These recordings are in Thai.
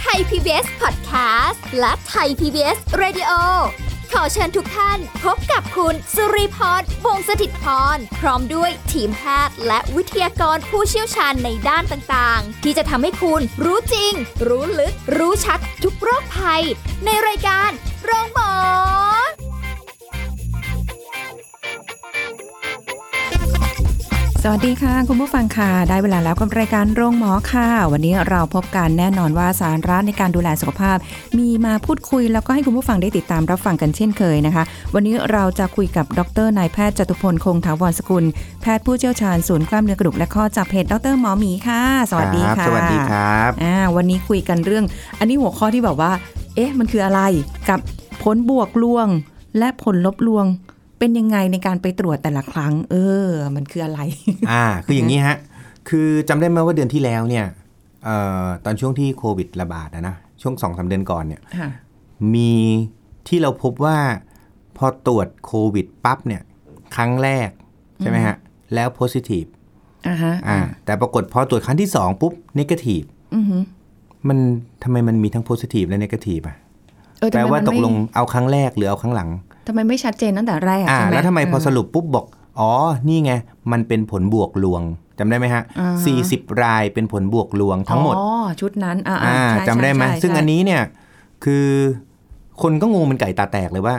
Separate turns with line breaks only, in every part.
ไทย PBS Podcast และไทย PBS Radio ขอเชิญทุกท่านพบกับคุณสุริพรวงศสถิตพร พร้อมด้วยทีมแพทย์และวิทยากรผู้เชี่ยวชาญในด้านต่างๆ ที่จะทำให้คุณรู้จริง รู้ลึก รู้ชัดทุกโรคภัย ในรายการโรงพยาบาล
สวัสดีค่ะคุณผู้ฟังค่ะ ได้เวลาแล้วกับรายการโรงหมอค่ะ วันนี้เราพบกันแน่นอนว่าสาระในการดูแลสุขภาพ มีมาพูดคุยแล้วก็ให้คุณผู้ฟังได้ติดตามรับฟังกันเช่นเคยนะคะ วันนี้เราจะคุยกับดรนายแพทย์จตุพลคงถาวรสกุล แพทย์ผู้เชี่ยวชาญศูนย์กล้ามเนื้อกระดูกและข้อจากเพจดรหมอหมีค่ะ สวัสดีค่ะ
สวัสดีครับ
อ่าวันนี้คุยกันเรื่อง อันนี้หัวข้อที่แบบว่า เอ๊ะ มันคืออะไรกับผลบวกลวง และผลลบลวง เป็นยังไงในการไปตรวจแต่ละครั้ง เออ มันคืออะไร
อ่า คืออย่างนี้ฮะ คือจำได้ไหมว่าเดือนที่แล้วเนี่ยเอ่อตอนช่วงที่โควิดระบาดนะนะ ช่วงสองสาเดือนก่อนเนี่ย
ค่ะ
มีที่เราพบว่าพอตรวจโควิดปั๊บเนี่ย ครั้งแรก ใช่ไหมฮะ แล้วโพ i ิทีฟ
อ่าฮะ
อ่า แต่ปรากฏพอตรวจครั้งที่สองปุ๊บน e ก a t i v
อือหือ
มันทำไมมันมีทั้งโพ i ิทีฟและน e ก a t i v อ่ะ
เออ
แปลว่าตกล
ทำ
ง
ไมมันไ
เอาครั้งแรกหรือเอาครั้งหลัง
ม่ทำไมไม่ชัดเจนตั้งแต่แรก
อ่า
ใช่ไหม
แล้วทำไมพอส
เ
รุปปุ๊บบอก อ๋อ นี่ไง มันเป็นผลบวกลวงจำได้ไหมฮะ
อ่า
สี่สิบรายเป็นผลบวกลวง
อ
ทั้งหมด
อ๋อ ชุดนั้น อ่า
อ่า
ใช่
จำได้ไหม
ใช่ใช่
ซึ่งอันนี้เนี่ยคือคนก็งงเป็นไก่ตาแตกเลยว่า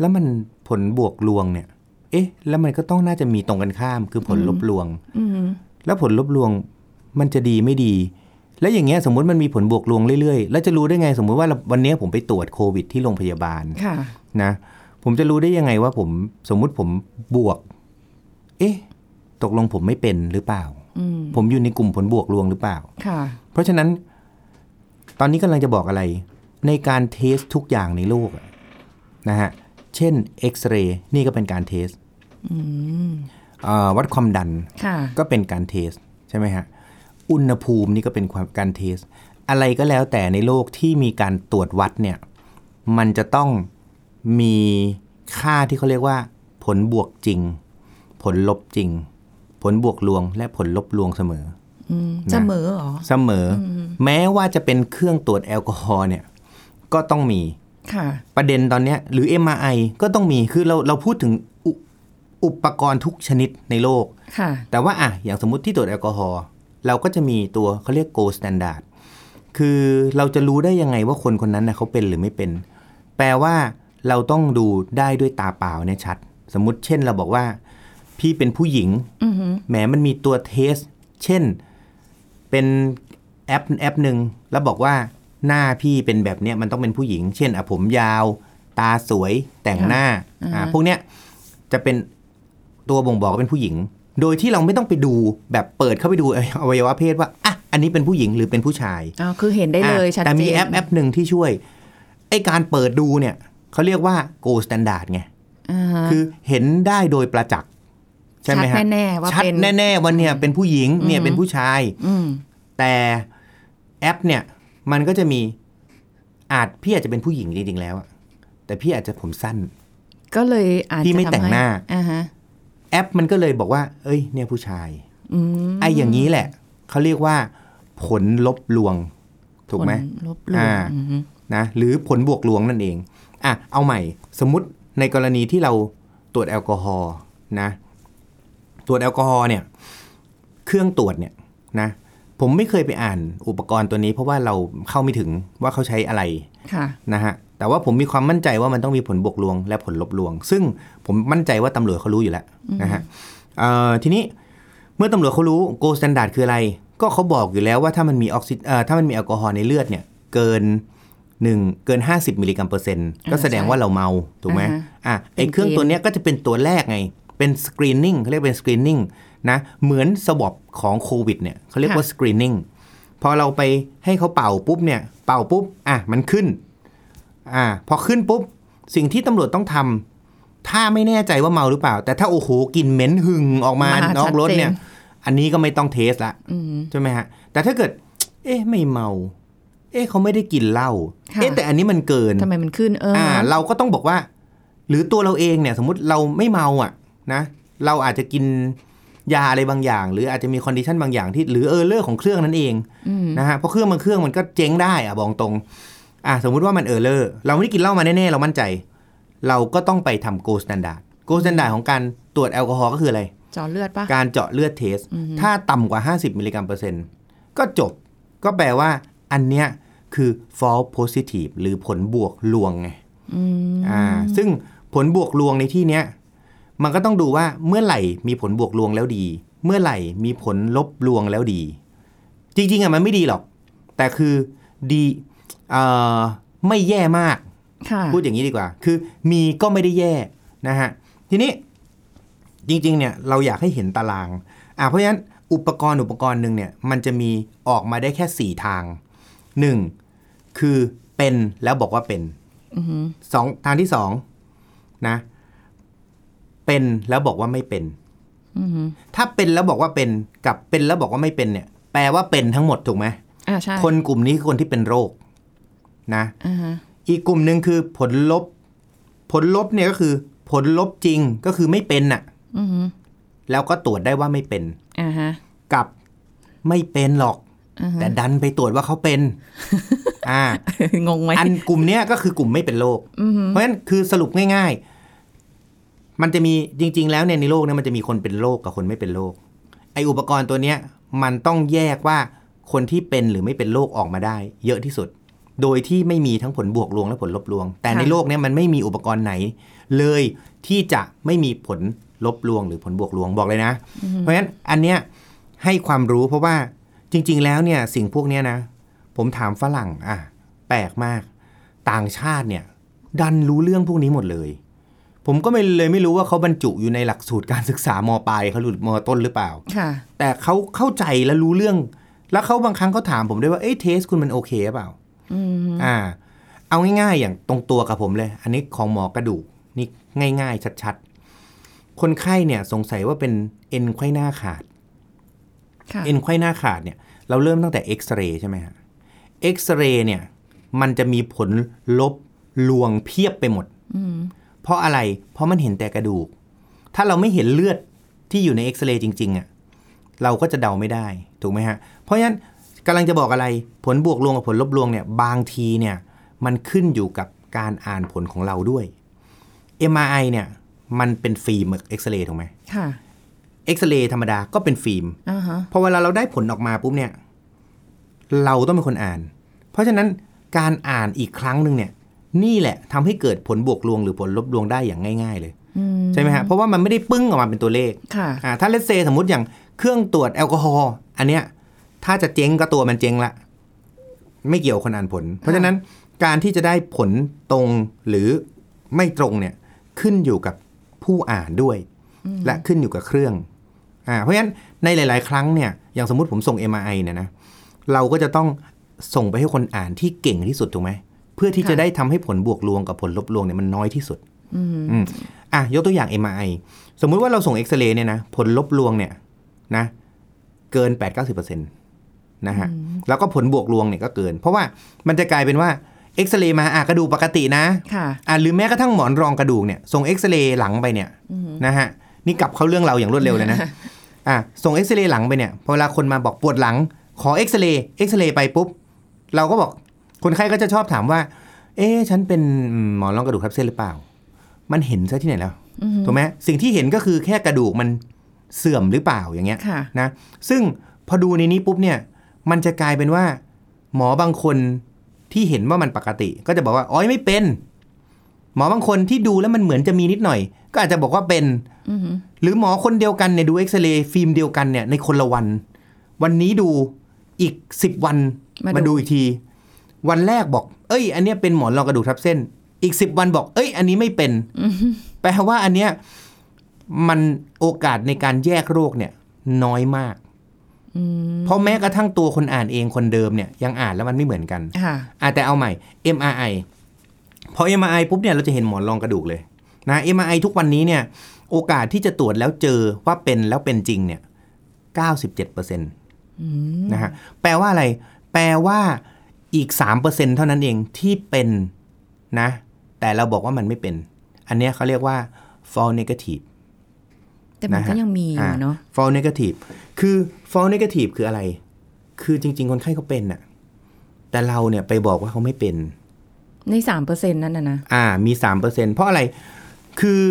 แล้วมันผลบวกลวงเนี่ย เอ๊ะ แล้วมันก็ต้องน่าจะมีตรงกันข้ามคือผลลบลวง
อืม
แล้วผลลบลวงมันจะดีไม่ดี แล้วอย่างเงี้ยสมมติมันมีผลบวกลวงเรื่อยๆ แล้วจะรู้ได้ไง สมมุติว่าเราวันเนี้ยผมไปตรวจโควิด ที่โรงพยาบาล
ค่ะ
นะผมจะรู้ได้ยังไงว่าผมสมมุติผมบวก เอ๊ะ ตกลงผมไม่เป็นหรือเปล่า
อืม
ผมอยู่ในกลุ่มผลบวกลวงหรือเปล่า
ค่ะ
เพราะฉะนั้น ตอนนี้กำลังจะบอกอะไร ในการเทสทุกอย่างในโลกอะนะฮะ เช่นเอ็กซเรย์นี่ก็เป็นการเทส
อืม
เอ่อวัดความดัน
ค่ะ
ก็เป็นการเทส ใช่ไหมฮะ อุณหภูมินี่ก็เป็นความการเทส อะไรก็แล้วแต่ในโลกที่มีการตรวจวัดเนี่ย มันจะต้องมีค่าที่เขาเรียกว่า ผลบวกจริง ผลลบจริง ผลบวกลวง และผลลบลวงเสมอ
อืมเสมอเหรอ
เสมออแม้ว่าจะเป็นเครื่องตรวจแอลกอฮอล์เนี่ย ก็ต้องมี
ค่ะ
ประเด็นตอนเนี้ยหรือ MRI ก็ต้องมีคือเราเราพูดถึงอุอุปกรณ์ทุกชนิดในโลก
ค่ะ
แต่ว่าอ่ะอย่างสมมติที่ตรวจแอลกอฮอล์เราก็จะมีตัวเขาเรียก gold standard คือเราจะรู้ได้ยังไงว่าคนคนนั้นนะเขาเป็นหรือไม่เป็น แปลว่าเราต้องดูได้ด้วยตาเปล่าเนี่ยชัด สมมติเช่นเราบอกว่า พี่เป็นผู้หญิง
อือหือ
แหมมันมีตัวเทส เช่น เป็นแอปแอปหนึ่งแล้วบอกว่าหน้าพี่เป็นแบบเนี้ยมันต้องเป็นผู้หญิง เช่นอ่ะผมยาว ตาสวยแต่งหน้า
อ่า
อ่าพวกเนี้ยจะเป็นตัวบ่งบอกว่าเป็นผู้หญิง โดยที่เราไม่ต้องไปดูแบบเปิดเข้าไปดู อวัยวะเพศว่าอ่ะอันนี้เป็นผู้หญิงหรือเป็นผู้ชาย
อ๋อคือเห็นได้เลย
อ่ะ
ชัดเจน
แต่มีแอปแอปหนึ่งที่ช่วย ไอการเปิดดูเนี่ยเขาเรียกว่า gold standard ไง
อ่าฮะ
คือเห็นได้โดยประจักษ์ใช่ไหมฮะ
ชัดแน่ๆว่า
ชัด
เป็น
แน่ๆว่าเนี่ยเป็นผู้หญิงเนี่ย
อืม
เป็นผู้ชาย
อืม
แต่แอปเนี่ยมันก็จะมีอาจพี่อาจจะเป็นผู้หญิงจริงๆแล้วอะแต่พี่อาจจะผมสั้น
ก็เลยอาจจะ
ที่ไม่แต่ง
ทำ
หน้า
อ่าฮะ
แอปมันก็เลยบอกว่า เอ้ย เนี่ยผู้ชาย
อืม
ไอ้อย่างนี้แหละเขาเรียกว่า ผลลบลวง ถูกไหม
ผลลบลวง
อ่า
อือหือ
นะหรือผลบวกลวงนั่นเอง อ่ะ เอาใหม่ สมมติในกรณีที่เราตรวจแอลกอฮอล์นะ ตรวจแอลกอฮอล์เนี่ย เครื่องตรวจเนี่ยนะ ผมไม่เคยไปอ่านอุปกรณ์ตัวนี้ เพราะว่าเราเข้าไม่ถึงว่าเขาใช้อะไร
ค่ะ
นะฮะ แต่ว่าผมมีความมั่นใจว่ามันต้องมีผลบวกลวง และผลลบลวง ซึ่งผมมั่นใจว่าตำรวจเขารู้อยู่แล้วนะฮะเอ่อทีนี้เมื่อตำรวจเขารู้โกสแตนดาร์ดคืออะไร ก็เขาบอกอยู่แล้วว่าถ้ามันมีออกซิเอ่อถ้ามันมีแอลกอฮอล์ในเลือดเนี่ย เกินหนึ่งเกิน 50มิลลิกรัมเปอร์เซ็นต์ก็แสดง
ใช่
ว่าเราเมา ถูกไหม
อ่าฮะ
อ่ะไอเครื่อง
เป็นเกณฑ์
ตัวเนี้ยก็จะเป็นตัวแรกไง เป็นสกรีนนิ่งเขาเรียกเป็นสกรีนนิ่งนะ เหมือนสวอปของโควิดเนี่ยเขาเรียกว่าสกรีนนิ่งพอเราไปให้เขาเป่าปุ๊บเนี่ย เป่าปุ๊บ อ่ะ มันขึ้น อ่า พอขึ้นปุ๊บ สิ่งที่ตำรวจต้องทำถ้าไม่แน่ใจว่าเมาหรือเปล่า แต่ถ้าโอ้โหกลินเหม็นหึงออกมา
มาชัด
นอกรถเนี่ย
เจ
อันนี้ก็ไม่ต้องเทสละ
อืม
ใช่ไหมฮะ แต่ถ้าเกิด เอ๊ะ ไม่เมา เอ๊ะ เขาไม่ได้กินเหล้า
ค่ะ
เอ๊ะ แต่อันนี้มันเกิน
ทำไมมันขึ้นเอออ
อ่า เราก็ต้องบอกว่า หรือตัวเราเองเนี่ยสมมติเราไม่เมาอ่ะนะเราอาจจะกินยาอะไรบางอย่าง หรืออาจจะมีคอนดิชันบางอย่างที่หรือเออเลอร์ของเครื่องนั้นเอง
อืม
นะฮะเพราะเครื่องบางเครื่องมันก็เจ๊งได้อ่ะบอกตรงอ่ะสมมุติว่ามันเออเลอร์เราไม่ได้กินเหล้ามาแน่ๆเรามั่นใจ เราก็ต้องไปทำโกสแตนดาร์ดโกสแตนดาร์ดของการตรวจแอลกอฮอล์ก็คืออะไร
เจอเลือดปะ
การเจาะเลือดเทส
อือฮึ
ถ้าต่ำกว่า 50 มิลลิกรัมเปอร์เซ็นต์ก็จบ ก็แปลว่าอันเนี้ยคือ false positive หรือผลบวกลวงไง
อืม
อ่าซึ่งผลบวกลวงในที่เนี้ยมันก็ต้องดูว่าเมื่อไหร่มีผลบวกลวงแล้วดี เมื่อไหร่มีผลลบลวงแล้วดี จริงๆอ่ะมันไม่ดีหรอก แต่คือดีเอ่อไม่แย่มาก
ค่ะ
พูดอย่างนี้ดีกว่า คือมีก็ไม่ได้แย่นะฮะ ทีนี้จริงๆ เนี่ยเราอยากให้เห็นตาราง อ่ะเพราะฉะนั้นอุปกรณ์อุปกรณ์หนึ่งเนี่ยมันจะมีออกมาได้แค่ 4 ทาง 1. คือเป็นแล้วบอกว่าเป็น
อือหือ
สองทางที่2นะเป็นแล้วบอกว่าไม่เป็น
อือหือ
ถ้าเป็นแล้วบอกว่าเป็นกับเป็นแล้วบอกว่าไม่เป็นเนี่ย แปลว่าเป็นทั้งหมดถูกไหม
อ่าใช่
คนกลุ่มนี้คือคนที่เป็นโรคนะ
อ่าฮะ
อีกกลุ่มหนึ่งคือผลลบ ผลลบเนี่ยก็คือ ผลลบจริงก็คือไม่เป็นน่ะ
อือหือ
แล้วก็ตรวจได้ว่าไม่เป็น
อ่าฮะ
กับไม่เป็นหรอก
อ่าฮะ
แต่ดันไปตรวจว่าเขา เป็น อ่า
งงไหม
อันกลุ่มเนี้ยก็คือกลุ่มไม่เป็นโรค
อือหือ
เพราะฉะนั้นคือสรุปง่ายๆ มันจะมีจริง ๆ แล้วเนี่ยในโลกเนี่ยมันจะมีคนเป็นโรคกับคนไม่เป็นโรค ไออุปกรณ์ตัวเนี้ยมันต้องแยกว่าคนที่เป็นหรือไม่เป็นโรคออกมาได้ เยอะที่สุด โดยที่ไม่มีทั้งผลบวกลวงและผลลบลวง แต่ในโลกเนี่ยมันไม่มีอุปกรณ์ไหน เลยที่จะไม่มีผลลบลวง หรือผลบวกลวงบอกเลยนะ เพราะฉะนั้นอันเนี้ยให้ความรู้เพราะว่าจริง ๆ แล้วเนี่ยสิ่งพวกเนี้ยนะ ผมถามฝรั่งอ่ะแปลกมาก ต่างชาติเนี่ย ดันรู้เรื่องพวกนี้หมดเลย ผมก็ไม่เลยไม่รู้ว่าเขาบรรจุอยู่ในหลักสูตรการศึกษามปลายเขาหรือมต้นหรือเปล่า
ค่ะ
แต่เขาเข้าใจและรู้เรื่อง แล้วเขาบางครั้งเขาถามผมด้วยว่าเอ้ยเทสคุณมันโอเคหรือเปล่า
อืม
อ่า เอาง่ายๆ อย่างตรงตัวกับผมเลย อันนี้ของหมอกระดูกนี่ง่าย ๆ ชัดๆ คนไข้เนี่ยสงสัยว่าเป็นเอ็นไขว้หน้าขาด
ค่ะ
เอ็นไขว้หน้าขาดเนี่ยเราเริ่มตั้งแต่เอ็กซเรย์ใช่ไหมฮะเอ็กซเรย์เนี่ยมันจะมีผลลบลวงเพียบไปหมด
อืม
เพราะอะไร เพราะมันเห็นแต่กระดูก ถ้าเราไม่เห็นเลือดที่อยู่ในเอ็กซเรย์จริง ๆอะ่ะ เราก็จะเดาไม่ได้ ถูกไหมฮะ เพราะฉะนั้นกำลังจะบอกอะไร ผลบวกลวงกับผลลบลวงเนี่ย บางทีเนี่ย มันขึ้นอยู่กับการอ่านผลของเราด้วย MRI เนี่ย มันเป็นฟิล์มเอ็กซเรย์ถูกไหม
ค่ะ
เอ็กซเรย์ธรรมดาก็เป็นฟิล์ม
อ่าฮะ
พอเวลาเราได้ผลออกมาปุ๊บเนี่ย เราต้องเป็นคนอ่าน เพราะฉะนั้นการอ่านอีกครั้งหนึ่งเนี่ย นี่แหละทำให้เกิดผลบวกลวงหรือผลลบลวงได้อย่างง่าย ๆ เลย
อืม
ใช่ไหมฮะเพราะว่ามันไม่ได้ปึ้งออกมาเป็นตัวเลข
ค่ะ
อ่าถ้าเลสเซสมมติอย่างเครื่องตรวจแอลกอฮอล์อันเนี้ยถ้าจะเจ๊งก็ตัวมันเจ๊งละ ไม่เกี่ยวกับคนอ่านผล เพราะฉะนั้นการที่จะได้ผลตรงหรือไม่ตรงเนี่ยขึ้นอยู่กับผู้อ่านด้วย และขึ้นอยู่กับเครื่องอ่าเพราะฉะนั้นในหลาย ๆ ครั้งเนี่ยอย่างสมมติผมส่ง MRI เนี่ยนะเราก็จะต้องส่งไปให้คนอ่านที่เก่งที่สุดถูกไหมเพื่อที่จะได้ทำให้ผลบวกลวงกับผลลบลวงเนี่ยมันน้อยที่สุด
อืม
อืมอ่ะยกตัวอย่าง MRI สมมุติว่าเราส่งเอ็กซเรย์เนี่ยนะ ผลลบลวงเนี่ยนะเกิน 8 9 0นะฮะแล้วก็ผลบวกลวงเนี่ยก็เกิน เพราะว่ามันจะกลายเป็นว่าเอ็กซเรย์มาอ่ะกระดูกปกตินะ
ค่ะ
อ่ะหรือแม้กระทั่งหมอนรองกระดูกเนี่ยส่งเอ็กซเรย์หลังไปเนี่ย
อือหือ
นะฮะนี่กลับเข้าเรื่องเราอย่างรวดเร็วเลยนะ อ่ะส่งเอ็กซเรย์หลังไปเนี่ยพอเวลาคนมาบอกปวดหลัง ขอเอ็กซเรย์เอ็กซเรย์ไปปุ๊บ เราก็บอกคนไข้ก็จะชอบถามว่า เอ๊ะฉันเป็นอืมหมอนรองกระดูกทับเส้นหรือเปล่า มันเห็นซะที่ไหนแล้ว
อือหือ
ถูกไหมสิ่งที่เห็นก็คือแค่กระดูกมันเสื่อมหรือเปล่าอย่างเงี้ย
ค่ะ
นะซึ่งพอดูในนี้ปุ๊บเนี่ย มันจะกลายเป็นว่า หมอบางคนที่เห็นว่ามันปกติ ก็จะบอกว่าอ๋อยไม่เป็น หมอบางคนที่ดูแล้วมันเหมือนจะมีนิดหน่อย ก็อาจจะบอกว่าเป็น
อือหือ
หรือหมอคนเดียวกันเนี่ยดูเอ็กซเรย์ฟิล์มเดียวกันเนี่ยในคนละวัน วันนี้ดูอีก 10 วัน
มาดู
ดูอีกที วันแรกบอก เอ้ย อันเนี้ยเป็นหมอนรองกระดูกทับเส้น อีก 10 วันบอก เอ้ย อันนี้ไม่เป็นแปลว่าอันเนี้ยมันโอกาสในการแยกโรคเนี่ยน้อยมาก
อืม
เพราะแม้กระทั่งตัวคนอ่านเองคนเดิมเนี่ยยังอ่านแล้วมันไม่เหมือนกัน
ค่ะ
อ่ะแต่เอาใหม่ MRI พอ MRI ปุ๊บเนี่ยเราจะเห็นหมอนรองกระดูกเลยนะ MRI ทุกวันนี้เนี่ยโอกาสที่จะตรวจแล้วเจอว่าเป็นแล้วเป็นจริงเนี่ย97%นะฮะแปลว่าอะไร แปลว่าอีก 3%เท่านั้นเองที่เป็นนะ แต่เราบอกว่ามันไม่เป็น อันเนี้ยเขาเรียกว่า fall negative
แต่มันก็
นะฮะ
ยังมีอยู่เนาะ
fall negative คือ fall negative คืออะไร คือจริง ๆ คนไข้เขาเป็นน่ะ แต่เราเนี่ยไปบอกว่าเขาไม่เป็น
ในสามเปอร์เซ็นต์นั่นนะนะ
อ่า มีสามเปอร์เซ็นเพราะอะไร คือ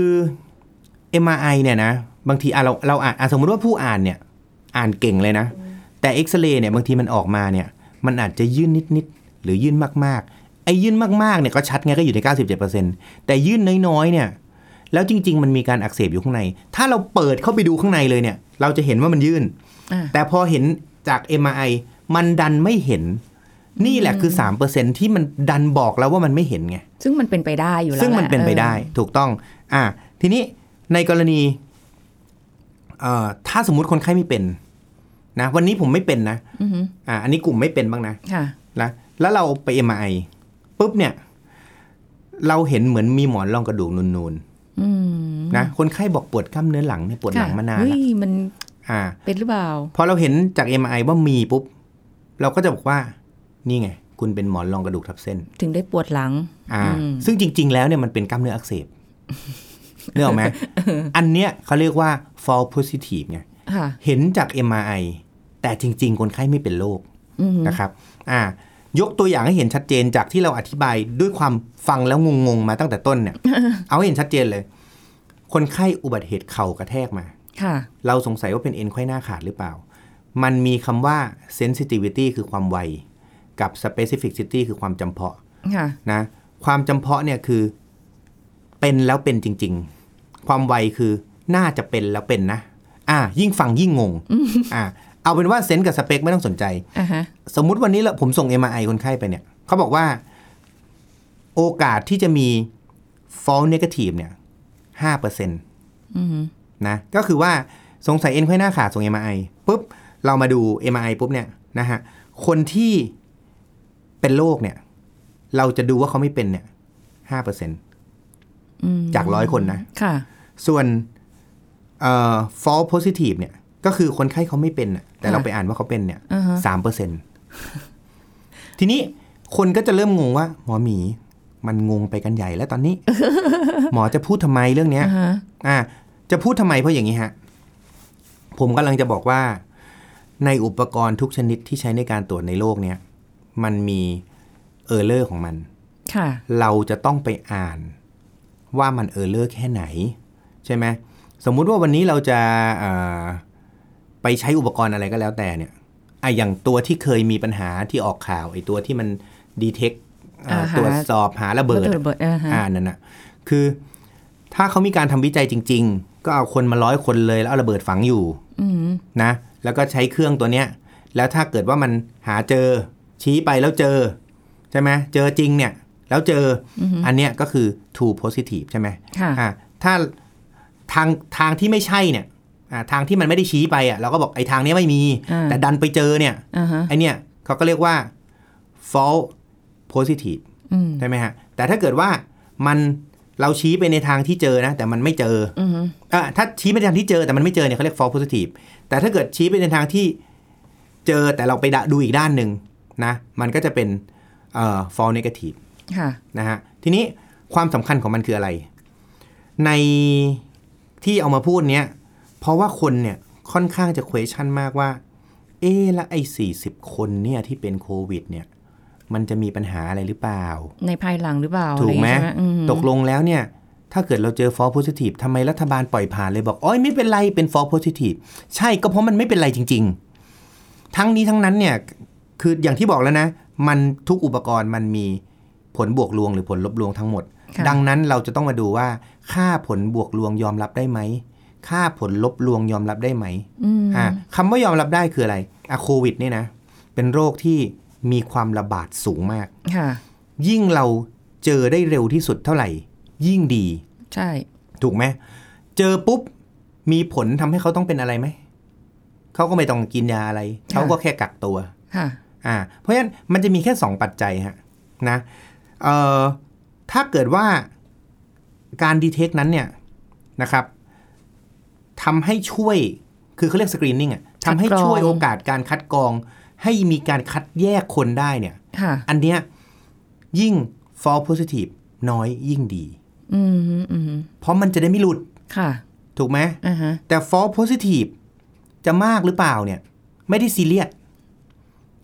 MRI เนี่ยนะ บางทีอ่ะเราเราอ่านอ่ะสมมติว่าผู้อ่านเนี่ย อ่านเก่งเลยนะ แต่เอ็กซเรย์เนี่ย บางทีมันออกมาเนี่ย มันอาจจะยื่นนิด ๆ หรือยื่นมาก ๆ ไอ้ยื่นมาก ๆ เนี่ยก็ชัดไงก็อยู่ใน 97%แต่ยื่นน้อย ๆ เนี่ย แล้วจริง ๆ มันมีการอักเสบอยู่ข้างใน ถ้าเราเปิดเข้าไปดูข้างในเลยเนี่ย เราจะเห็นว่ามันยื่น
อ่า
แต่พอเห็นจาก MRI มันดันไม่เห็น นี่แหละคือ3%ที่มันดันบอกแล้วว่ามันไม่เห็นไง
ซึ่งมันเป็นไปได้อยู่แล้ว
ซึ่งมัน
แหละ
เป็นไป
ออ
ได้ถูกต้อง อ่ะทีนี้ในกรณีเอ่อถ้าสมมุติคนไข้ไม่เป็นนะ วันนี้ผมไม่เป็นนะ
อือฮึ
อ่ะอันนี้กลุ่มไม่เป็นบ้างนะ
ค่ะ
นะแล้วเราไป MRI ปุ๊บเนี่ย เราเห็นเหมือนมีหมอนรองกระดูกนูน
อืม
ๆนะคนไข้บอกปวดกล้ามเนื้อหลังเนี่ยปวดหลัง
ค่ะ
มานาน
เฮ้
ละ
ยมัน
อ่า
เป็นหรือเปล่า
พอเราเห็นจาก MRI ว่ามีปุ๊บ เราก็จะบอกว่า นี่ไง คุณเป็นหมอนรองกระดูกทับเส้น
ถึงได้ปวดหลัง
อ่า
อืม
ซึ่งจริง ๆ แล้วเนี่ยมันเป็นกล้ามเนื้ออักเสบเนื้อออกไหมอันเนี้ยเขาเรียกว่า fall positive ไง
ค่ะ
เห็นจาก MRI แต่จริง ๆ คนไข้ไม่เป็นโรค
อืม
นะครับอ่ายกตัวอย่างให้เห็นชัดเจนจากที่เราอธิบายด้วยความฟังแล้วงง ๆ มาตั้งแต่ต้น เนี่ย เอาให้เห็นชัดเจนเลย คนไข้อุบัติเหตุเข่ากระแทกมา
ค่ะ
เราสงสัยว่าเป็นเอ็นไขว้หน้าขาดหรือเปล่า มันมีคำว่า sensitivity คือความไว กับ specificity คือความจำเพาะ
ค่ะ
นะความจำเพาะเนี่ยคือเป็นแล้วเป็นจริง ๆ ความไวคือน่าจะเป็นแล้วเป็นนะ อ่า ยิ่งฟังยิ่งงงอ่าเอาเป็นว่าเซนส์กับสเปคไม่ต้องสนใจ
อ่าฮะ
สมมุติวันนี้เราผมส่ง MRI คนไข้ไปเนี่ยเขาบอกว่าโอกาสที่จะมี false negative เนี่ยห้าเปอร์เซ็นต์
อืม
นะก็คือว่าสงสัยเอ็นไขว้หน้าขาดส่ง MRI ปุ๊บ เรามาดู MRI ปุ๊บเนี่ยนะฮะคนที่เป็นโรคเนี่ย เราจะดูว่าเขาไม่เป็นเนี่ยห้าเปอร์เซ็นต์
อืม
จากร้อยคนนะ
ค่ะ
ส่วนเอ่อ false positive เนี่ย ก็คือคนไข้เขาไม่เป็นน่ะแต่
ค่ะ
เราไปอ่านว่าเขาเป็นเนี่ย
อ่าฮะ
สามเปอร์เซ็นทีนี้คนก็จะเริ่มงงว่า หมอหมี มันงงไปกันใหญ่แล้วต อนนี้ หมอจะพูดทำไมเรื่องเนี้ย
อ่าฮะ
อ่ะจะพูดทำไมเพราะอย่างนี้ฮะ ผมกำลังจะบอกว่า ในอุปกรณ์ทุกชนิดที่ใช้ในการตรวจในโลกเนี่ย มันมีเออร์เลอร์ของมัน
ค่ะ
เราจะต้องไปอ่านว่ามันเออเลอร์แค่ไหน ใช่ไหมสมมุติว่าวันนี้เราจะเอ่อไปใช้อุปกรณ์อะไรก็แล้วแต่เนี่ยไอะอย่างตัวที่เคยมีปัญหาที่ออกข่าวไอตัวที่มันดีเทค
อ่าหา
ตรวจสอบหาระเบิด
ตัว
อะ
ระเบิดอ่าฮะ
อ่านั่นนะคือถ้าเขามีการทำวิจัยจริง ๆ ก็เอาคนมาร้อยคนเลยแล้วเอาระเบิดฝังอยู่
อืม
นะ แล้วก็ใช้เครื่องตัวเนี้ย แล้วถ้าเกิดว่ามันหาเจอ ชี้ไปแล้วเจอ ใช่ไหมเจอจริงเนี่ย แล้วเจอออันเนี้ยก็คือ true positive ใช่ไหม
ค่ะ
อ่าถ้าทางทางที่ไม่ใช่เนี่ยอ่าทางที่มันไม่ได้ชี้ไปอ่ะเราก็บอกไอ้ทางเนี้ยไม่มี
อ่า
แต่ดันไปเจอเนี่ย
อ่าฮะ
ไอเนี่ยเขาก็เรียกว่า false positive
อืม
ใช่ไหมฮะ แต่ถ้าเกิดว่ามันเราชี้ไปในทางที่เจอนะ แต่มันไม่เจอ
อืม
เอ่อถ้าชี้ไปในทางที่เจอแต่มันไม่เจอเนี่ยเขาเรียก false positive แต่ถ้าเกิดชี้ไปในทางที่เจอแต่เราไปดูอีกด้านหนึ่งนะ มันก็จะเป็นเอ่อ false negative
ค่ะ
นะฮะ ทีนี้ความสำคัญของมันคืออะไร ในที่เอามาพูดเนี้ย เพราะว่าคนเนี่ยค่อนข้างจะ question มากว่า เอ๊ะและไอ้สี่สิบคนเนี่ยที่เป็นโควิดเนี่ย มันจะมีปัญหาอะไรหรือเปล่า
ในภายหลังหรือเปล่า
ถูกไหม
อะไรอย่างเงี้ยใช่อืม
ตกลงแล้วเนี่ย ถ้าเกิดเราเจอ false positive ทำไมรัฐบาลปล่อยผ่านเลยบอกโอ้ยไม่เป็นไรเป็น false positive ใช่ก็เพราะมันไม่เป็นไรจริง ๆ ทั้งนี้ทั้งนั้นเนี่ย คืออย่างที่บอกแล้วนะ มันทุกอุปกรณ์มันมีผลบวกลวงหรือผลลบลวงทั้งหมด
ค่ะ
ดังนั้นเราจะต้องมาดูว่า ค่าผลบวกลวงยอมรับได้ไหม ค่าผลลบลวงยอมรับได้ไหม
อืม
อ่ะคำว่ายอมรับได้คืออะไรอะโควิดเนี่ยนะ เป็นโรคที่มีความระบาดสูงมาก
ค่ะ
ยิ่งเราเจอได้เร็วที่สุดเท่าไหร่ ยิ่งดี
ใช่
ถูกไหมเจอปุ๊บ มีผลทำให้เขาต้องเป็นอะไรไหม เขาก็ไม่ต้องกินยาอะไร เขาก็แค่กักตัว
ค่ะ
อ่า เพราะฉะนั้นมันจะมีแค่สองปัจจัยฮะนะเอ่อถ้าเกิดว่าการดีเทคนั้นเนี่ยนะครับทำให้ช่วยคือเขาเรียกสกรีนนิ่งอะทำให้
คัดกรอง
ช่วยโอกาสการคัดกรอง ให้มีการคัดแยกคนได้เนี่ย
ค่ะ
อันเนี้ยยิ่ง false positive น้อยยิ่งดี
อืมอืม
เพราะมันจะได้ไม่หลุด
ค่ะ
ถูกไหม
อ่าฮะ
แต่ false positive จะมากหรือเปล่าเนี่ย ไม่ได้ซีเรียส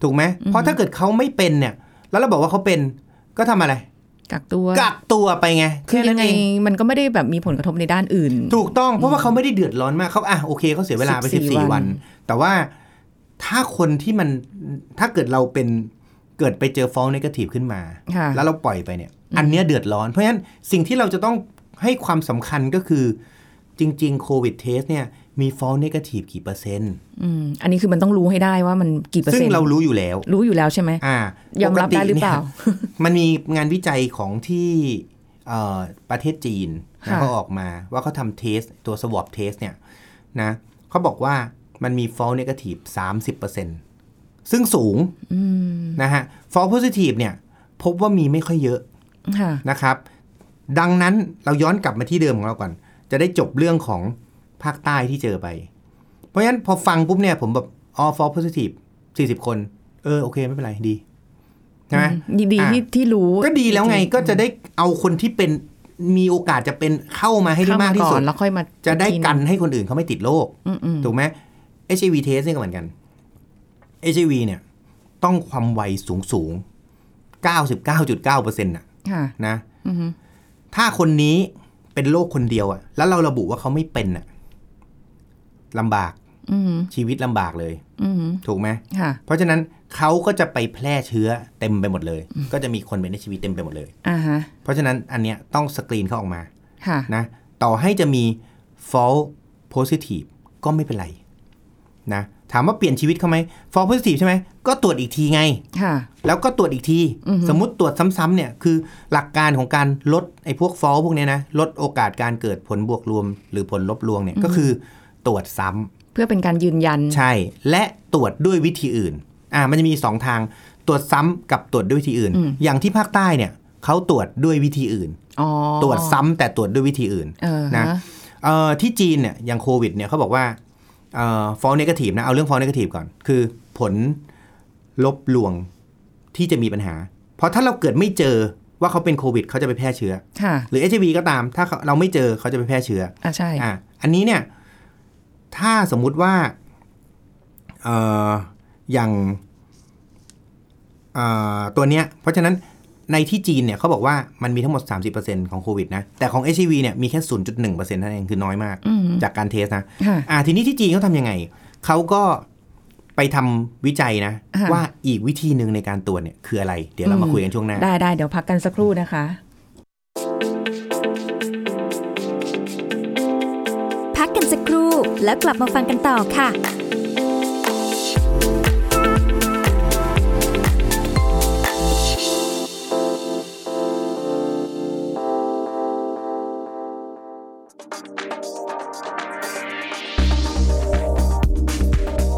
ถูกไหมเพราะถ้าเกิดเขาไม่เป็นเนี่ย แล้วเราบอกว่าเขาเป็นก็ทำอะไร
กักตัว
กักตัวไปไง
คือ
แนั้น
ยังไง
เ
มันก็ไม่ได้แบบมีผลกระทบในด้านอื่น
ถูกต้องเพราะว่าเขาไม่ได้เดือดร้อนมากเขาอ่ะโอเคเขาเสียเวลาไป
สิ
สิ
บบ สี่
สี่
วั
วัน น แต่ว่าถ้าคนที่มันถ้าเกิดเราเป็นเกิดไปเจอฟ้องนกาทีฟขึ้นมา
ค่ะ
แล้วเราปล่อยไปเนี่ย อันเนี้ยเดือดร้อน เพราะฉะนั้นสิ่งที่เราจะต้องให้ความสำคัญก็คือจริงๆโควิดเทสเนี่ยมีฟ้องนกาทีฟกี่เปอร์เซ็นต์
อืมอันนี้คือมันต้องรู้ให้ได้ว่ามันกี่เปอร์
ซึ่ง
เซ็นต์
เรารู้อยู่แล้ว
รู้อยู่แล้วใช่ไหม
อ่าย
อมรับได้หรือเปล่า
ปกตินี่ย มันมีงานวิจัยของที่เอ่อประเทศจีนนะ
ค่ะ
เขาออกมาว่าเขาทำเทสตัว swab test เนี่ยนะเขาบอกว่ามันมี false negative 30%ซึ่งสูง
อืม
นะฮะ false positive เนี่ยพบว่ามีไม่ค่อยเยอะ
ค่ะ
นะครับ ดังนั้นเราย้อนกลับมาที่เดิมของเราก่อน จะได้จบเรื่องของภาคใต้ที่เจอไป เพราะฉะนั้นพอฟังปุ๊บเนี่ยผมแบบอ๋อ false positive 40 คน เออโอเคไม่เป็นไรดีใช่ไหม
ดีดี
อ่ะ
ที่ที่รู้
ก็ดีแล้วไงก็จะได้เอาคนที่เป็นมีโอกาสจะเป็นเข้ามาให้ได้มากที่สุ
เข้
ด
อนแล้วค่อยมา
จะได้
ทีหง
กันให้คนอื่นเขาไม่ติดโรค
อืมอืม
ถูกไหม HIV test เนี่ยก็เหมือนกัน HIV เนี่ย ต้องความไวสูงสูง99.9%น่ะ
ค่ะ
นะ
อืม
ถ้าคนนี้เป็นโรคคนเดียวอะแล้วเราระบุว่าเขาไม่เป็นอะลำบาก
อืม
ชีวิตลำบากเลย
อืม
ถูกไหม
ค่ะ
เพราะฉะนั้นเขาก็จะไปแพร่เชื้อเต็มไปหมดเลย ก็จะมีคนเป็น HIV เต็มไปหมดเลย
อ่าฮะ
เพราะฉะนั้นอันเนี้ยต้องสกรีนเขาออกมา
ค่ะ
นะ ต่อให้จะมี false positive ก็ไม่เป็นไรนะ ถามว่าเปลี่ยนชีวิตเขาไหม false positive ใช่ไหม ก็ตรวจอีกทีไง
ค่ะ
แล้วก็ตรวจอีกที สมมติตรวจซ้ำๆเนี่ย คือหลักการของการลดไอ้พวก false พวกเนี้ยนะ ลดโอกาสการเกิดผลบวกรวม หรือผลลบลวงเนี่ย ก็คือตรวจซ้ำ
เพื่อเป็นการยืนยัน
ใช่ และตรวจด้วยวิธีอื่น อ่า มันจะมี 2 ทาง ตรวจซ้ำกับตรวจด้วยวิธีอื่น
อืม
อย่างที่ภาคใต้เนี่ยเขาตรวจด้วยวิธีอื่น
อ๋อ
ตรวจซ้ำแต่ตรวจด้วยวิธีอื่น
เออฮ
นะ เอ่อที่จีนเนี่ยอย่างโควิดเนี่ยเขาบอกว่าเอ่อฟอลเนกาทีฟนะ เอาเรื่องฟอลเนกาทีฟก่อน คือผลลบลวงที่จะมีปัญหา เพราะถ้าเราเกิดไม่เจอว่าเขาเป็นโควิดเขาจะไปแพร่เชื้อ
ค่ะ
หรือ HIV ก็ตาม ถ้าเขาเราไม่เจอเขาจะไปแพร่เชื้อ
อ่าใช่
อ่ะอันนี้เนี่ย ถ้าสมมุติว่าเอ่ออย่างเอ่อตัวเนี้ย เพราะฉะนั้นในที่จีนเนี่ยเขาบอกว่ามันมีทั้งหมด 30%ของโควิดนะ แต่ของ HIV เนี่ยมีแค่ 0.1%เท่านั้นเองคือน้อยมาก
อืม
จากการเทสนะ
ค่ะ
อ่าทีนี้ที่จีนเขาทำยังไง เขาก็ไปทำวิจัยนะ
อ่า
ว่าอีกวิธีหนึ่งในการตรวจเนี่ยคืออะไร เดี๋ยวเรามาคุยกันช่วงหน้า
ได้ได้เดี๋ยวพักกันสักครู่นะคะ
พักกันสักครู่แล้วกลับมาฟังกันต่อค่ะ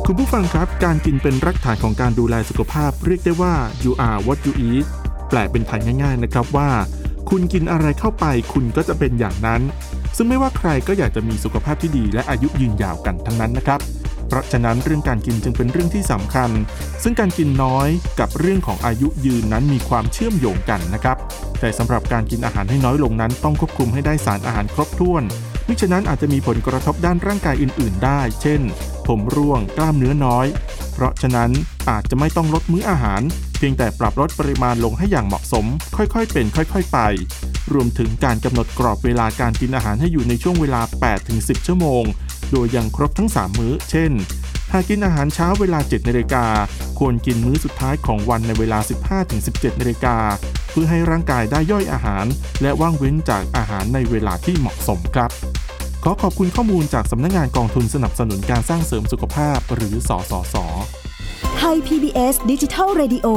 คุณผู้ฟังครับ การกินเป็นรากฐานของการดูแลสุขภาพ เรียกได้ว่า you are what you eat แปลเป็นไทยง่ายๆนะครับว่า คุณกินอะไรเข้าไปคุณก็จะเป็นอย่างนั้น ซึ่งไม่ว่าใครก็อยากจะมีสุขภาพที่ดีและอายุยืนยาวกันทั้งนั้นนะครับ เพราะฉะนั้นเรื่องการกินจึงเป็นเรื่องที่สำคัญ ซึ่งการกินน้อยกับเรื่องของอายุยืนนั้นมีความเชื่อมโยงกันนะครับ แต่สำหรับการกินอาหารให้น้อยลงนั้น ต้องควบคุมให้ได้สารอาหารครบถ้วน มิฉะนั้นอาจจะมีผลกระทบด้านร่างกายอื่น ๆ ได้ เช่น ผมร่วง กล้ามเนื้อน้อย เพราะฉะนั้นอาจจะไม่ต้องลดมื้ออาหาร เพียงแต่ปรับลดปริมาณลงให้อย่างเหมาะสม ค่อยๆ เป็น ค่อยๆ ไป รวมถึงการกำหนดกรอบเวลาการกินอาหารให้อยู่ในช่วงเวลา 8-10 ชั่วโมง โดยยังครบทั้ง 3 มื้อ เช่น หากกินอาหารเช้าเวลา 7นาฬิกา ควรกินมื้อสุดท้ายของวันในเวลา 15-17นาฬิกา เพื่อให้ร่างกายได้ย่อยอาหาร และว่างเว้นจากอาหารในเวลาที่เหมาะสมครับ ขอขอบคุณข้อมูลจากสำนักงานกองทุนสนับสนุนการสร้างเสริมสุขภาพหรือสสส
ไทย PBS ดิจิทัล Radio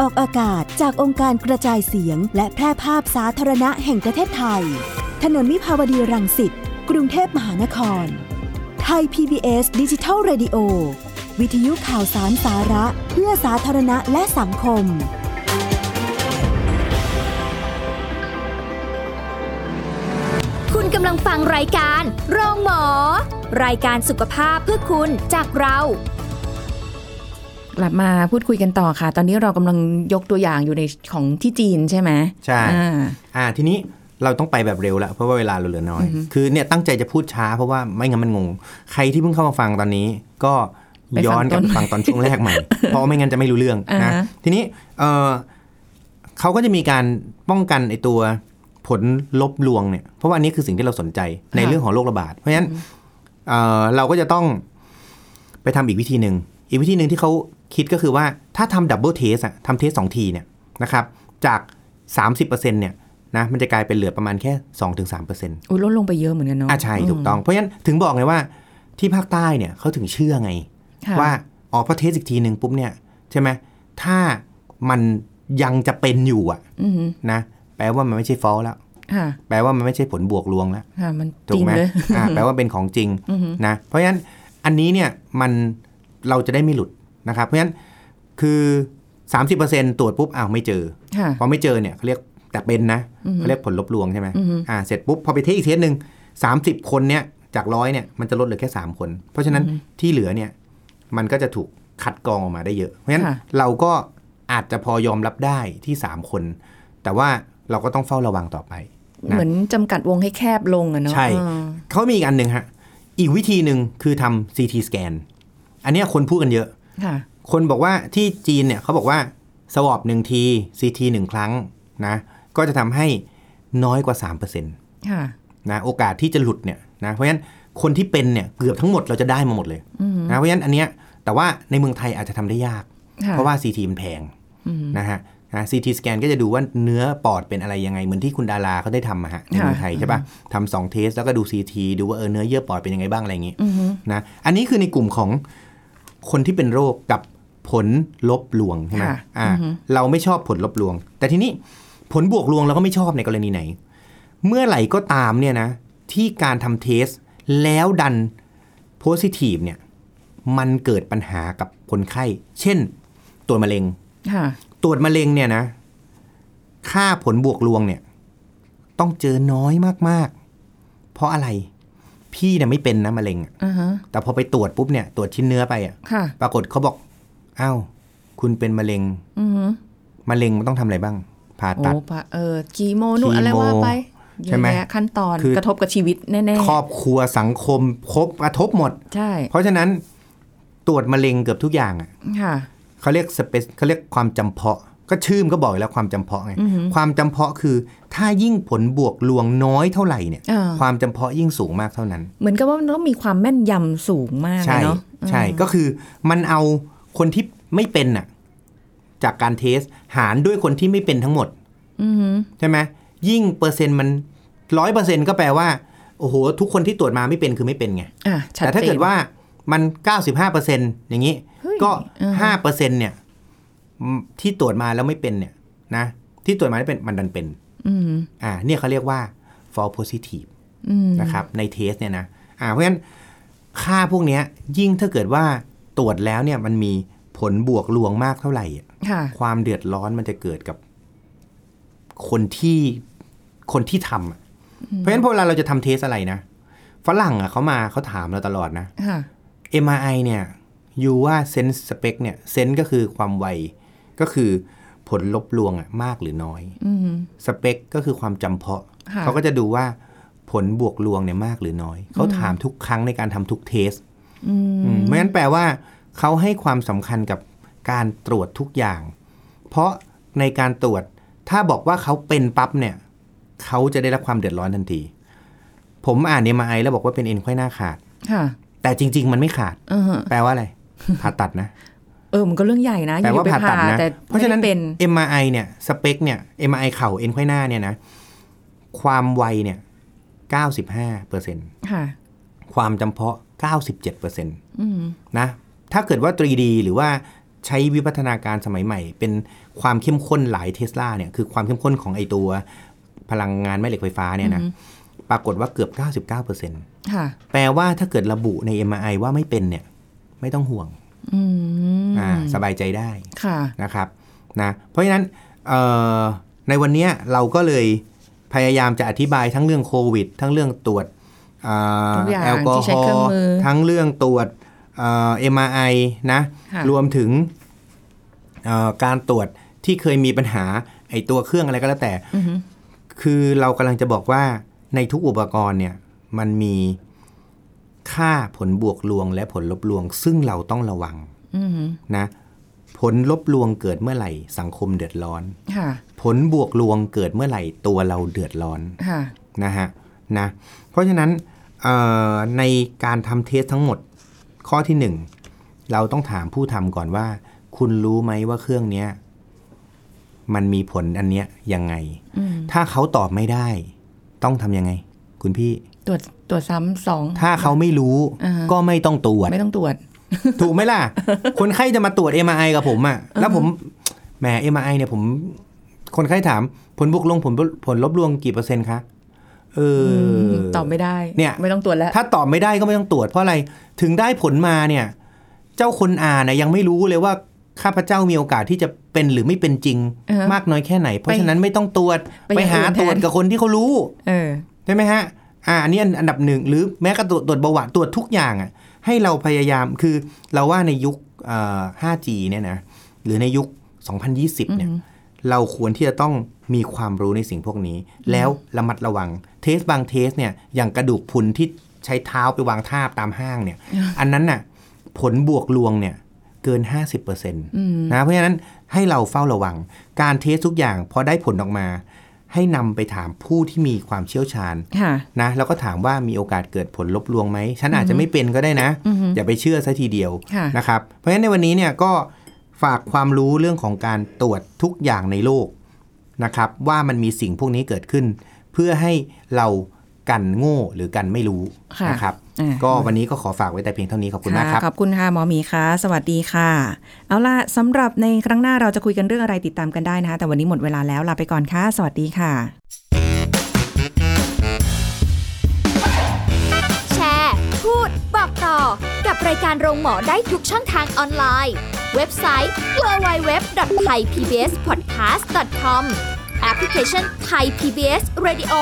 ออกอากาศจากองค์การกระจายเสียง และแพร่ภาพสาธารณะแห่งประเทศไทย ถนนมิภาวดีรังสิต กรุงเทพมหานคร ไทย PBS ดิจิทัล Radio วิทยุข่าวสารสาระเพื่อสาธารณะและสังคม
คุณกำลังฟังรายการโรงหมอ รายการสุขภาพเพื่อคุณจากเรา
กลับมาพูดคุยกันต่อค่ะ ตอนนี้เรากำลังยกตัวอย่างอยู่ในของที่จีนใช่ไหม
ใช่
อ่า
อ่าทีนี้ เราต้องไปแบบเร็วแล้วเพราะว่าเวลาเราเหลือน้อย คือเนี่ยตั้งใจจะพูดช้าเพราะว่าไม่งั้นมันงง ใครที่เพิ่งเข้ามาฟังตอนนี้ ก็
ไปฟัง
ย้อนกลับฟังตอนช่วงแรกใหม่ เพราะไม่งั้นจะไม่รู้เรื่อง
อ่า
นะ
ฮะ
ทีนี้เอ่อเขาก็จะมีการป้องกันไอตัวผลลบลวงเนี่ยเพราะว่าอันนี้คือสิ่งที่เราสนใจในเรื่องของโรคระบาดเพราะฉะนั้นเอ่อเราก็จะต้อง ไปทำอีกวิธีหนึ่ง อีกวิธีหนึ่งที่เขาคิดก็คือว่าถ้าทำดับเบิลเทสอะทำเทสสองทีเนี่ยนะครับ จาก 30%เนี่ยนะมันจะกลายเป็นเหลือประมาณแค่ 2-3%อ
อุ้ยลดลงไปเยอะเหมือนกันเนาะ
่ะใช่ถูกต้อง เพราะฉะนั้นถึงบอกไงว่าที่ภาคใต้เนี่ยเขาถึงเชื่อไง
ค่ะ
ว่าออกพอเทสอีกทีหนึ่งปุ๊บเนี่ยใช่ไหมถ้ามันยังจะเป็นอยู่อะ
อือหือ
นะแปลว่ามันไม่ใช่ฟอลแล้ว
ค่ะ
แปลว่ามันไม่ใช่ผลบวกลวงแล้ว
ค่ะมันจริ
ถูก
ง
ไหม
เลย
อ่าแปลว่าเป็นของจริง
อือฮึ
นะ เพราะฉะนั้นอันนี้เนี่ยมันเราจะได้ไม่หลุดนะครับ เพราะฉะนั้นคือ 30%ตรวจปุ๊บอ้าวไม่เจอ
ค่ะ
พอไม่เจอเนี่ยเขาเรียกแต่เป็นนะเขาเรียกผลลบลวงใช่ไหม
อือฮึ
อ่าเสร็จปุ๊บพอไปเทสอีกเทสหนึ่ง30 คนเนี่ยจากร้อยเนี่ยมันจะลดเหลือแค่ 3 คน เพราะฉะนั้นที่เหลือเนี่ยมันก็จะถูกคัดกรองออกมาได้เยอะ เพราะฉะนั้นเราก็อาจจะพอยอมรับได้ที่ 3 คน แต่ว่าเราก็ต้องเฝ้าระวังต่อไปนะ
เหมือนจำกัดวงให้แคบลงอะเนาะ
ใช่
อ่า
เขามีอีกอันหนึ่งฮะ อีกวิธีหนึ่งคือทำ CT scan อันเนี้ยคนพูดกันเยอะ
ค่ะ
คนบอกว่าที่จีนเนี่ยเขาบอกว่าสวอปหนึ่งที CT หนึ่งครั้งนะ ก็จะทำให้น้อยกว่า 3%น
ค่ะ
ะ โอกาสที่จะหลุดเนี่ยนะ เพราะฉะนั้นคนที่เป็นเนี่ยเกือบทั้งหมดเราจะได้มาหมดเลยนะ เพราะฉะนั้นอันเนี้ยแต่ว่าในเมืองไทยอาจจะทำได้ยาก
ค่ะ
เพราะว่า CT มันแพงนะฮะนะ CT สแกนก็จะดูว่าเนื้อปอดเป็นอะไรยังไง เหมือนที่คุณดาราเขาได้ทำมาฮะในเมืองไทยใช่ปะทำสองเทสแล้วก็ดู CT ดูว่าเออเนื้อเยื่อปอดเป็นยังไงบ้างอะไรอย่างงี้นะอันนี้คือในกลุ่มของคนที่เป็นโรคกับผลลบลวงใช่ไหม
ค่ะ
อ่าเราไม่ชอบผลลบลวง แต่ทีนี้ผลบวกลวงเราก็ไม่ชอบในกรณีไหน เมื่อไหร่ก็ตามเนี่ยนะที่การทำเทสแล้วดันโพซิทีฟเนี่ยมันเกิดปัญหากับคนไข้ เช่น ตรวจมะเร็ง
ค่ะ
ตรวจมะเร็งเนี่ยนะ ค่าผลบวกลวงเนี่ย ต้องเจอน้อยมากๆ เพราะอะไร พี่เนี่ยไม่เป็นนะมะเร็งอะ
อ่าฮะ
แต่พอไปตรวจปุ๊บเนี่ย ตรวจชิ้นเนื้อไปอะ
ค่ะ
ปรากฏเขาบอกอ้าวคุณเป็นมะเร็ง
อือฮึ
มะเร็งมันต้องทำอะไรบ้าง ผ่า
โอ้
ตัด
ปะเออคีโมนู่น
คีโม
อะไรว่าไปเยอะ
ใช่ไหม
แยะขั้นตอน
คือ
กระทบกับชีวิตแน่
ครอบครัวสังคมครบกระทบหมด
ๆ ใช่
เพราะฉะนั้นตรวจมะเร็งเกือบทุกอย่างอะ
ค่ะ
เขาเรียกสเปซเขาเรียกความจำเพาะ ก็ชื่อมนก็บอกอยู่แล้วความจำเพาะไงความจำเพาะคือ ถ้ายิ่งผลบวกลวงน้อยเท่าไหร่เนี่ย
อ่า
ความจำเพาะยิ่งสูงมากเท่านั้น
เหมือนกับว่ามันต้องมีความแม่นยำสูงมาก
ใช่
อะเนาะ
ใช่ก็คือมันเอาคนที่ไม่เป็นน่ะจากการเทสหารด้วยคนที่ไม่เป็นทั้งหมดใช่ไหมยิ่งเปอร์เซ็นต์มันร้อยเปอร์เซ็นต์ก็แปลว่า โอ้โห ทุกคนที่ตรวจมาไม่เป็นคือไม่เป็นไง
อ่ะชัด
แต่ถ้า
จน
เกิดว่ามัน 95%อย่างนี้
เฮ้ย
ก็
อ่า
5%เนี่ยอืมที่ตรวจมาแล้วไม่เป็นเนี่ยนะ ที่ตรวจมาแล้วเป็นมันดันเป็น
อืม
อ่าเนี่ยเขาเรียกว่า false positive
อืม
นะครับ ในเทสเนี่ยนะอ่าเพราะฉะนั้นค่าพวกเนี้ยยิ่งถ้าเกิดว่าตรวจแล้วเนี่ยมันมีผลบวกลวงมากเท่าไหร่อะ
ค่ะ
ความเดือดร้อนมันจะเกิดกับคนที่คนที่ทำอะเพราะฉะนั้นพอเวลาเราจะทำเทสอะไรนะฝรั่งอ่ะเขามาเขาถามเราตลอดนะ
ค่ะ
MRI เนี่ยอยู่ว่าเซนส์สเปคเนี่ยเซนก็คือความไว ก็คือผลลบลวงอะมากหรือน้อย
อืม
สเปคก็คือความจำเพาะ
ค่ะ
เขาก็จะดูว่าผลบวกลวงเนี่ยมากหรือน้อย เขาถามทุกครั้งในการทำทุกเทส
อืม
อืมไม่งั้นแปลว่าเขาให้ความสำคัญกับการตรวจทุกอย่าง เพราะในการตรวจถ้าบอกว่าเขาเป็นปั๊บเนี่ยเขาจะได้รับความเดือดร้อนทันที ผมอ่าน MRI แล้วบอกว่าเป็นเอ็นไขว้หน้าขาด
ค่ะ
แต่จริง ๆ มันไม่ขาด
เออ
แปลว่าอะไร ผ่าตัดนะ
เออ มันก็เรื่องใหญ่นะ
แปลว่า
อยู่ๆไป
ผ่าตัดนะ
แต่
เพราะฉะนั้น
ไม่ได้เป็น
MRI เนี่ย สเปคเนี่ย MRI เข่าเอ็นไขว้หน้าเนี่ยนะ ความไวเนี่ย 95เปอร์เซ็น
ค่ะ
ความจำเพาะ 97เปอร์เซ็น
อืม
นะ ถ้าเกิดว่า 3D หรือว่าใช้วิพัฒนาการสมัยใหม่ เป็นความเข้มข้นหลายเทสลาเนี่ย คือความเข้มข้นของไอตัวพลังงานแม่เหล็กไฟฟ้าเนี่ยนะ ปรากฏว่าเกือบ 99เปอร์เซ็น
ค่ะ
แปลว่าถ้าเกิดระบุใน MRI ว่าไม่เป็นเนี่ย ไม่ต้องห่วง
อืม
อ่า สบายใจได้
ค่ะ
นะครับนะเพราะฉะนั้นเอ่อในวันเนี้ยเราก็เลยพยายามจะอธิบายทั้งเรื่องโควิด ทั้งเรื่องตรวจเอ่อ
ทุกอย่าง
แอลกอ
ที่
ฮ
ใช้
อ
เครื่อง
ล์
มือ
ทั้งเรื่องตรวจเอ่อ็มไอนะ
ค่ะ
รวมถึงเอ่อการตรวจที่เคยมีปัญหาไอตัวเครื่องอะไรก็แล้วแต่ คือเรากำลังจะบอกว่าในทุกอุปกรณ์เนี่ยมันมีค่าผลบวกลวงและผลลบลวง ซึ่งเราต้องระวัง
อืม
นะ ผลลบลวงเกิดเมื่อไหร่สังคมเดือดร้อน
ค่ะ
ผลบวกลวงเกิดเมื่อไหร่ตัวเราเดือดร้อน
ค่ะ
นะฮะนะเพราะฉะนั้นเอ่อในการทำเทสทั้งหมดข้อที่หนึ่งเราต้องถามผู้ทำก่อนว่า คุณรู้ไหมว่าเครื่องเนี้ยมันมีผลอันเนี้ยยังไง
อืม
ถ้าเขาตอบไม่ได้ ต้องทำยังไง คุณพี่
ตรวจตรวจซ้ำสอง
ถ้าเขาไม่รู้
อ่าฮะ
ก็ไม่ต้องตรวจ
ไม่ต้องตรวจ
ถูกไหมล่ะ คนไข้จะมาตรวจ MRI กับผมอะ่ะ แล้วผมแหม MRI เนี่ยผม คนไข้ถามผลบวกลงผลผลลบลวงกี่เปอร์เซ็นต์คะเอออ
ตอบไม่ได้
เนี่ย
ไม่ต้องตรวจแล้ว
ถ้าตอบไม่ได้ก็ไม่ต้องตรวจเพราะอะไร ถึงได้ผลมาเนี่ย เจ้าคนอ่านนะยังไม่รู้เลยว่าข้าพเจ้ามีโอกาสที่จะเป็นหรือไม่เป็นจริง
เออ
มากน้อยแค่ไหน เพราะ
ไป
ฉะนั้นไม่ต้องตรวจ
ไป
ไปหา
อย่างอื่น
ตรวจ
แทน
กับคนที่เขารู้
เออ
ใช่ไหมฮะ อ่าอันนี้อันอันดับหนึ่งหรือแม้กระทั่งตรวจเบาหวานตรวจทุกอย่างอ่ะ ให้เราพยายามคือเราว่าในยุคเอ่อ 5G เนี่ยนะหรือในยุค 2020 เนี่ย เราควรที่จะต้องมีความรู้ในสิ่งพวกนี้ แล้วระมัดระวัง เทสบางเทสเนี่ยอย่างกระดูกพรุนที่ใช้เท้าไปวางทาบตามห้างเนี่ย อันนั้นน่ะผลบวกลวงเนี่ยเกิน 50%นะเพราะฉะนั้นให้เราเฝ้าระวัง การเทสทุกอย่างพอได้ผลออกมา ให้นำไปถามผู้ที่มีความเชี่ยวชาญ
ค่ะ
นะแล้วก็ถามว่ามีโอกาสเกิดผลลบลวงไหม ฉันอาจจะไม่เป็นก็ได้นะ อย่าไปเชื่อซะทีเดียว
ค่ะ
นะครับเพราะฉะนั้นในวันนี้เนี่ยก็ฝากความรู้เรื่องของการตรวจทุกอย่างในโลกนะครับว่ามันมีสิ่งพวกนี้เกิดขึ้น เพื่อให้เรากันโง่หรือกันไม่รู้
ค่ะ
นะครับ
อ่า
ก็วันนี้ก็ขอฝากไว้แต่เพียงเท่านี้ขอบคุณมากครับ
ขอบคุณค่ะหมอหมีค่ะ สวัสดีค่ะ เอาล่ะสำหรับในครั้งหน้าเราจะคุยกันเรื่องอะไรติดตามกันได้นะคะ แต่วันนี้หมดเวลาแล้วลาไปก่อนค่ะ สวัสดีค่ะ
แชร์ พูด บอกต่อ กับรายการโรงหมอได้ทุกช่องทางออนไลน์ เว็บไซต์ www.thaipbspodcast.com แอปพลิเคชัน Thai PBS Radio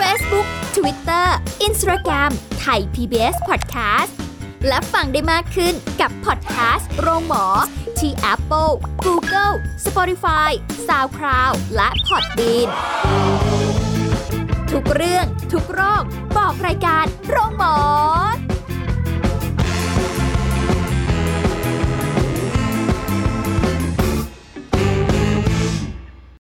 Facebook Twitter Instagram Thai PBS Podcast และฟังได้มากขึ้นกับพอดแคสต์โรงหมอ ที่ Apple, Google, Spotify, SoundCloud และ Podbean ทุกเรื่องทุกโรค บอกรายการโรง